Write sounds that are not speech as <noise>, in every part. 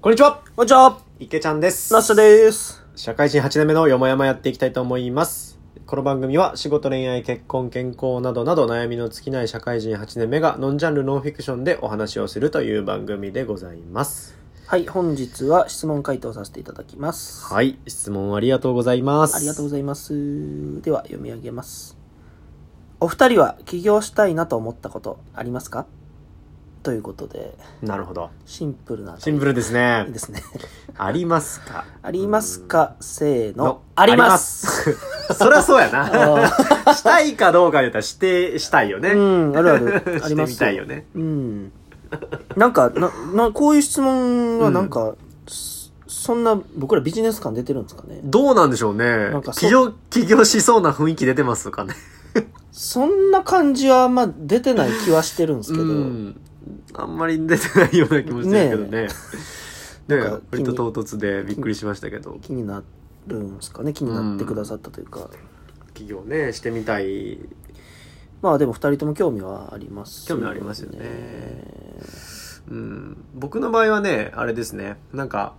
こんにちはこんにちは、池ちゃんです。ナッシャです。社会人8年目のよもやまやっていきたいと思います。この番組は仕事、恋愛、結婚、健康などなど悩みの尽きない社会人8年目がノンジャンルノンフィクションでお話をするという番組でございます。はい、本日は質問回答させていただきます。はい、質問ありがとうございます。ありがとうごございざいます。では、読み上げます。お二人は起業したいなと思ったことありますかということで、ます。なるほど。シンプルな。シンプルですいいねで。すね。ありますかありますかせーのの。ありますありますそりゃそうや <laughs> あな。したいかどうかで言ったらして、したいよね。 <laughs> うん、あるある。ありしてみますたいよね。うん。なんか、な、な、こういう質問はなんか、そそんな僕らビジネス感出てるんですかねどうなんでしょうねなん。かそう起業、起業しそうな雰囲気出てますかね。そんな感じはあんま出てない気はしてるんですけど、うん、あんまり出てないような気もしてるけどね。ねなんか割と唐突でびっくりしましたけど。気になるんですかね気になってくださったというか、起業ね、してみたい。まあでも2人とも興味はあります興味ありますよねうん、僕の場合はね、あれですね。なんか、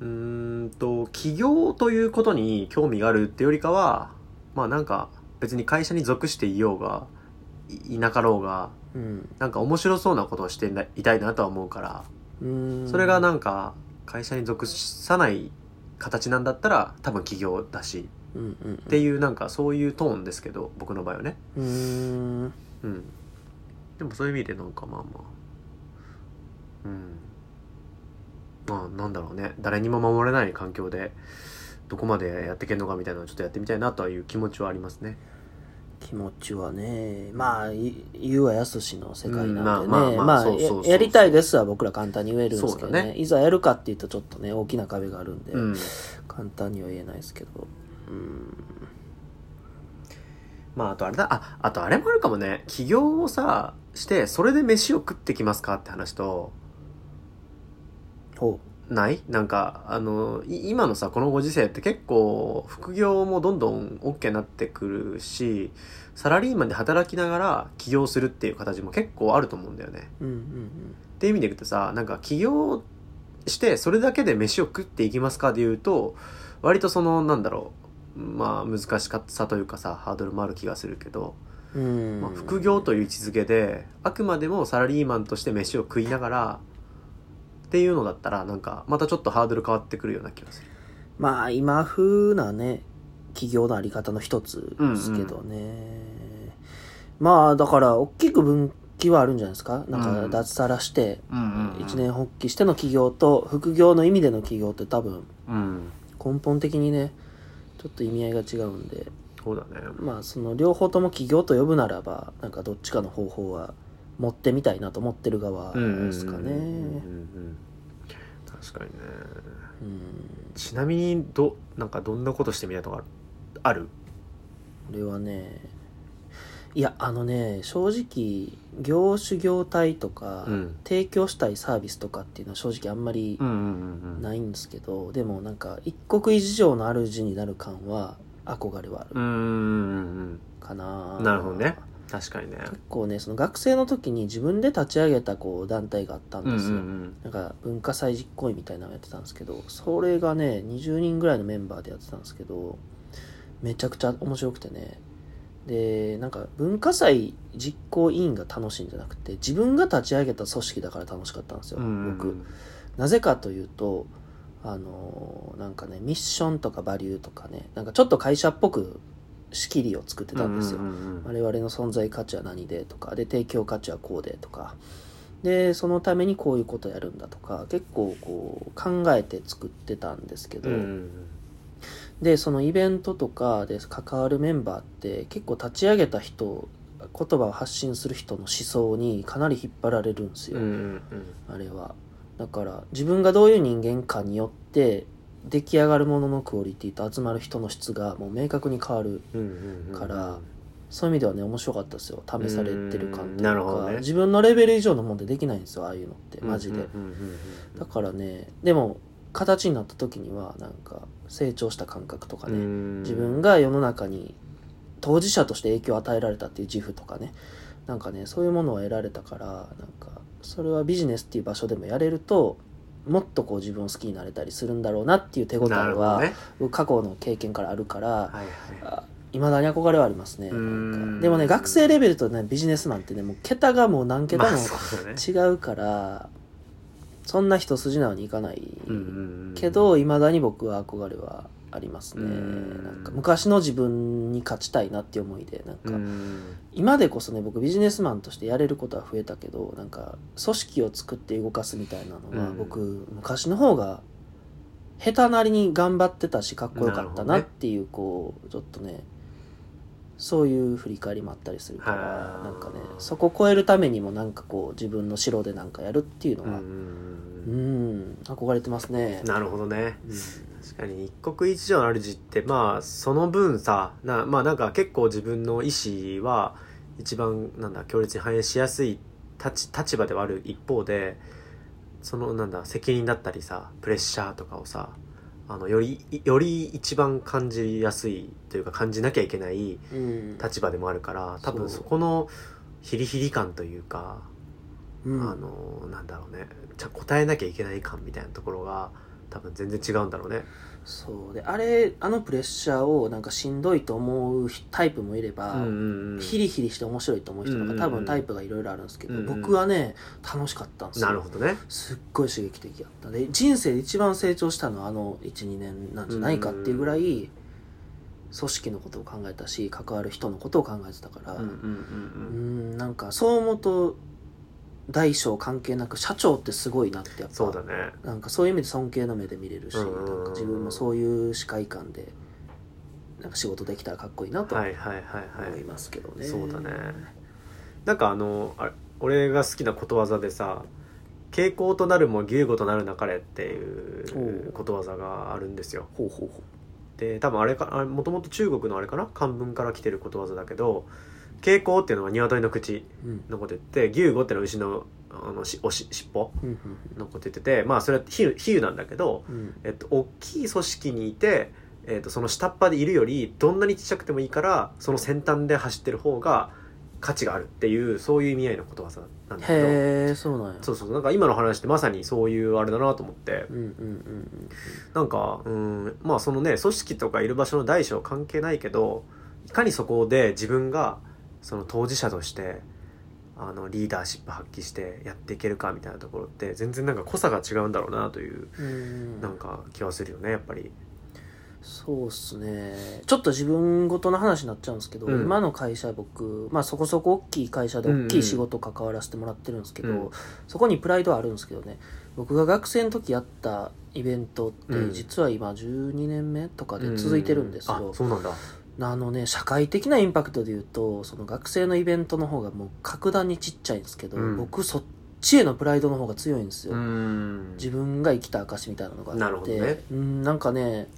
うーんと、起業ということに興味があるってよりかは、まあなんか、別に会社に属していようが、いいなかろうが、うんなんか面白そうなことをしていたいなとは思うから、うんそれがなんか会社に属さない形なんだったら多分起業だしうんうんっていうなんかそういうトーンですけど僕の場合はねうんうんでもそういう意味でなんかまあまあうんまあなんだろうね誰にも守れない環境でどこまでやっていけんのかみたいなのをちょっとやってみたいなという気持ちはありますね気持ちはねまあい言うはやすしの世界なうんでね、んままああまあまあそうそうそうそうややりたいですは僕ら簡単に言えるんですけそどうだねねいざやるかっていうとちょっとね大きな壁があるんで、うん簡単には言えないですけどうんまああとあれだああとあれもあるかもね起業をさしてそれで飯を食ってきますかって話とほないなんか、あの、い今のさ、このご時世って結構、副業もどんどん OK になってくるし、サラリーマンで働きながら起業するっていう形も結構あると思うんだよね。ううんうんっていう意味で言うとさ、なんか起業して、それだけで飯を食っていきますかで言うと、割とその、なんだろう、まあ難しかさというかさ、ハードルもある気がするけど、うんうんまあ、副業という位置づけであくまでもサラリーマンとして飯を食いながらっていうのだったらなんかまたちょっとハードル変わってくるような気がするまあ今風なね企業のあり方の一つですけどね、まあだから大きく分岐はあるんじゃないですかなんうんうかん脱サラしてうん一年発起しての起業と副業の意味での起業って多分うん根本的にねちょっと意味合いが違うんでそうだねまあその両方とも起業と呼ぶならばなんかどっちかの方法は持ってみたいなと思ってる側ですかねうんうんうん確かにねうんちなみにどなんかどんなことしてみたいとかあるあるこれはねいやあのね正直業種業態とか、ん提供したいサービスとかっていうのは正直あんまりうんうんうんないんですけど、でもなんか一国一城の主になる感は憧れはあうるんうんかな、うんなるほどね確かにね結構ねその学生の時に自分で立ち上げたこう団体があったんですよ、んなんか文化祭実行委員みたいなのやってたんですけどそれがね20人ぐらいのメンバーでやってたんですけどめちゃくちゃ面白くてねでなんか文化祭実行委員が楽しいんじゃなくて自分が立ち上げた組織だから楽しかったんですよ、うん僕なぜかというとあのーなんかねミッションとかバリューとかねなんかちょっと会社っぽく仕切りを作ってたんですよ、うんうんうん我々の存在価値は何でとかで提供価値はこうでとかでそのためにこういうことやるんだとか結構こう考えて作ってたんですけど、うんうんでそのイベントとかで関わるメンバーって結構立ち上げた人言葉を発信する人の思想にかなり引っ張られるんですうんよ、うんあれはだから自分がどういう人間かによって出来上がるもののクオリティと集まる人の質がもう明確に変わるうんうんうんからそういう意味ではね面白かったですよ試されてる感といううんかなるほどね自分のレベル以上のもんでできないんですよああいうのってマジうで、んうんうんうんうんだからねでも形になった時にはなんか成長した感覚とかね、自自分が世の中に当事者として影響を与えられたっていう自負とかねなんかねそういうものを得られたからなんかそれはビジネスっていう場所でもやれるともっとこう自分を好きになれたりするんだろうなっていう手応えなるほどは、ね過去の経験からあるから、はいはいいまだに憧れはありますね。うーんなんかでもね、学生レベルとね、ビジネスマンってね、もう桁がもう何桁まあもそうだね違うから、そんな一筋縄にいかないうんうんうんけど、いまだに僕は憧れはありますね。うんなんか昔の自分に勝ちたいなっていう思いで、なんうか、ん今でこそね僕ビジネスマンとしてやれることは増えたけどなんか組織を作って動かすみたいなのは、うん僕昔の方が下手なりに頑張ってたしかっこよかっなるほたなっどねていう、こうちょっとねそういう振り返りもあったりするかあらーなんかねそこ超えるためにもなんかこう自分の城でなんかやるっていうのうんうんがううんん憧れてますねうん。なるほどねうん確かに一国一城の主ってまあその分さなまあなんか結構自分の意思は一番なんだ強烈に反映しやすい立ち立場ではある一方でそのなんだ責任だったりさプレッシャーとかをさあのよりより一番感じやすいというか感じなきゃいけないうん立場でもあるから多分そうそこのヒリヒリ感というか、うんあのなんだろうねじゃ答えなきゃいけない感みたいなところが多分全然違うんだろうね。そうであれあのプレッシャーをなんかしんどいと思うタイプもいれば、うんうんうんヒリヒリして面白いと思う人とうんうんうかん多分タイプがいろいろあるんですけど、うんうん僕はね楽しかったんですよなるほどね。すっごい刺激的やったで人生で一番成長したのはあの12年なんじゃないかっていうぐらい、組織のことを考えたし関わる人のことを考えてたから、うんうんううんうん。んなんかそう思うと大小関係なく社長ってすごいなってやっぱそうだね。なんかそういう意味で尊敬の目で見れるし、うんうんうんなんか自分もそういう視界感でなんか仕事できたらかっこいいなとはいはいはい思はいますけどね、い。そうだね。なんかあのあれ俺が好きなことわざでさ「傾向となるも牛語となるなかれ」っていおううことわざがあるんですよ。ほうほうほで多分あれかあれもともと中国のあれかな漢文から来てることわざだけど「傾向」っていうのは鶏の口う、うん、のこと言って「牛語」っていうのは牛のあのしおし尻尾うんうんのこと言っててまあそれは比喩比喩なんだけどうんうんえっと、大きい組織にいて、えっと、その下っ端でいるよりどんなにちっちゃくてもいいからその先端で走ってる方が価値があるっていうそういう意味合いのことわざなんだけどへえそうなんやそうそうなんか今の話ってまさにそういうあれだなと思ってうんうんうんなんかうんまあそのね組織とかいる場所の大小関係ないけどいかにそこで自分がその当事者としてあのリーダーシップ発揮してやっていけるかみたいなところって全然なんか濃さが違うんだろうなといううんうんなんか気はするよねやっぱり。そうっすねちょっと自分ごとの話になっちゃうんですけど、うん今の会社僕、まあ、そこそこ大きい会社でうんうん大きい仕事関わらせてもらってるんですけど、うんそこにプライドはあるんですけどね僕が学生の時やったイベントってうん実は今12年目とかで続いてるんですよ、あそうなんだあのね、社会的なインパクトで言うと、その学生のイベントの方がもう格段にちっちゃいんですけど、うん僕そっちへのプライドの方が強いんですよ。ん自分が生きた証みたいなのがあって。なるほどねうん、なんかね、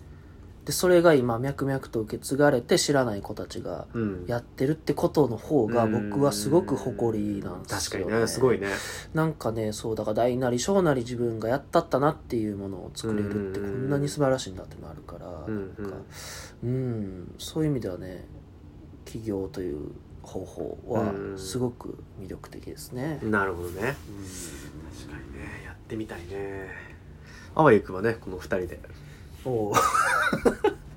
で、それが今脈々と受け継がれて知らない子たちがうんやってるってことの方が僕はすごく誇りなんですよ、ね。確かにねすごいねなんかね、そうだから大なり小なり自分がやったったなっていうものを作れるってこんなに素晴らしいんだってのあるから、うんうんなんか、うん、そういう意味ではね、起業という方法うはんすごく魅力的ですね。なるほどね確かにねやってみたいねあわゆくはねこの二人でおう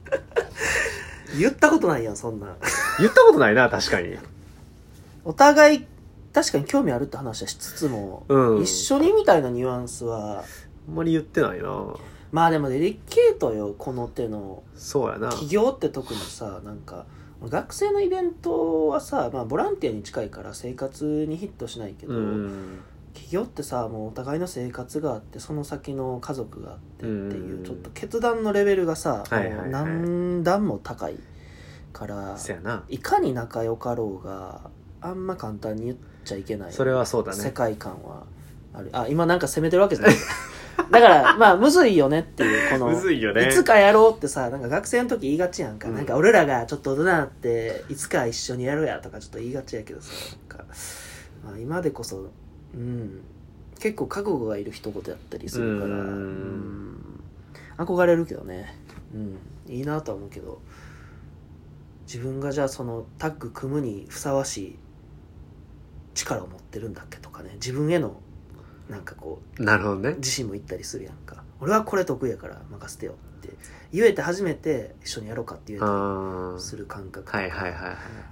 <laughs> 言ったことないやん、そんなん。言ったことないな確かにお互い、確かに興味あるって話はしつつも、うん一緒にみたいなニュアンスは、あんまり言ってないなまあでもデリケートよ、この手の。そうやな起業って特にさなんか俺学生のイベントはさ、まあ、ボランティアに近いから生活にヒットしないけど、うん起業ってさもうお互いの生活があってその先の家族があってっていう、うんちょっと決断のレベルがさ、はいはいはいもう何段も高いからせやないかに仲良かろうがあんま簡単に言っちゃいけないそれはそうだ世ね界観はあるあ今なんか責めてるわけじゃないだからまあむずいよねっていうこの <laughs> むずいよねいつかやろうってさなんか学生の時言いがちやんか、うんなんか俺らがちょっと大人になっていつか一緒にやろうやとかちょっと言いがちやけどさなんか、まあ、今でこそうん結構覚悟がいる一言やったりするからうんうん憧れるけどねうんいいなとは思うけど自分がじゃあそのタッグ組むにふさわしい力を持ってるんだっけとかね自分へのなんかこうなるほどね自身も行ったりするやんか俺はこれ得意やから任せてよって言えて初めて一緒にやろうかって言えあたありする感覚はいはいはい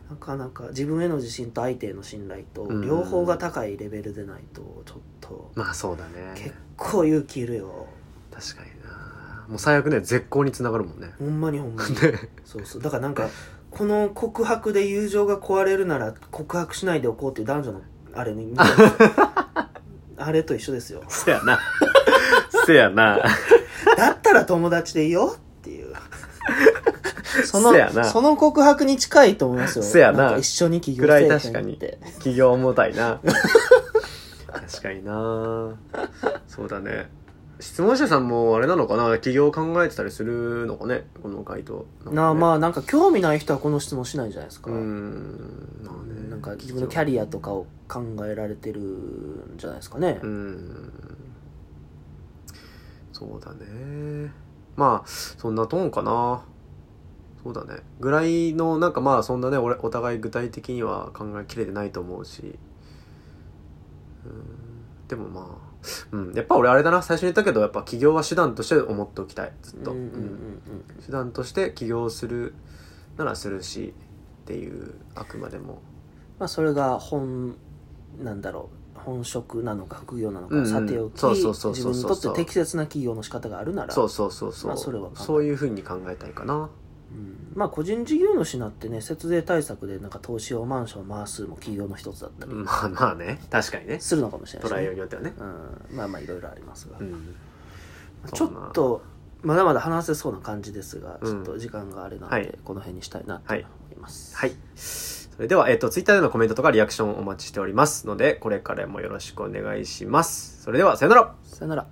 なかなか自分への自信と相手への信頼とうん両方が高いレベルでないとちょっとまあそうだね結構勇気いるよ確かになもう最悪ね絶好につながるも <laughs> んねほんまにほんまに <laughs> ねそうそうだからなんかこの告白で友情が壊れるなら告白しないでおこうっていう男女の <laughs> あれにあれと一緒ですよせやな <laughs> せやなだったら友達でいいよっていうそのせやなその告白に近いと思いますよせやなんか一緒に起業ぐらいせえ確かにって企業重たいな確かになそうだね質問者さんもあれなのかな起業考えてたりするのかねこの回答なあまああなんか興味ない人はこの質問しないんじゃないですか、うんまあねなんか自分のキャリアとかを考えられてるんじゃないですかね、うんそうだねまあそんなトーンかなそうだねぐらいのなんかまあそんなね俺お互い具体的には考えきれてないと思うしうんでもまあ、うん、やっぱ俺あれだな最初に言ったけどやっぱ起業は手段として思っておきたいずっと、うんうんうんうん手段として起業するならするしっていうあくまでもまあ、それが本なんだろう本職なのか副業なのうかんうんさておきそうそうそう自そうそう分にとって適切な企業の仕方があるならそうそうそうそう、まあそれは考えそういうふうに考えたいかなうんまあ個人事業主になってね節税対策でなんか投資用マンション回すも企業の一つだったりまあまあね確かにねするのかもしれない捉でえすようねによってはね、うん、まあまあいろいろありますが、うん、ちょっとまだまだ話せそうな感じですが、うんちょっと時間があれなんで、はいこの辺にしたいなと思います、はいそれでは、えっと、ツイッターでのコメントとかリアクションお待ちしておりますのでこれからもよろしくお願いしますそれではさよならさよなら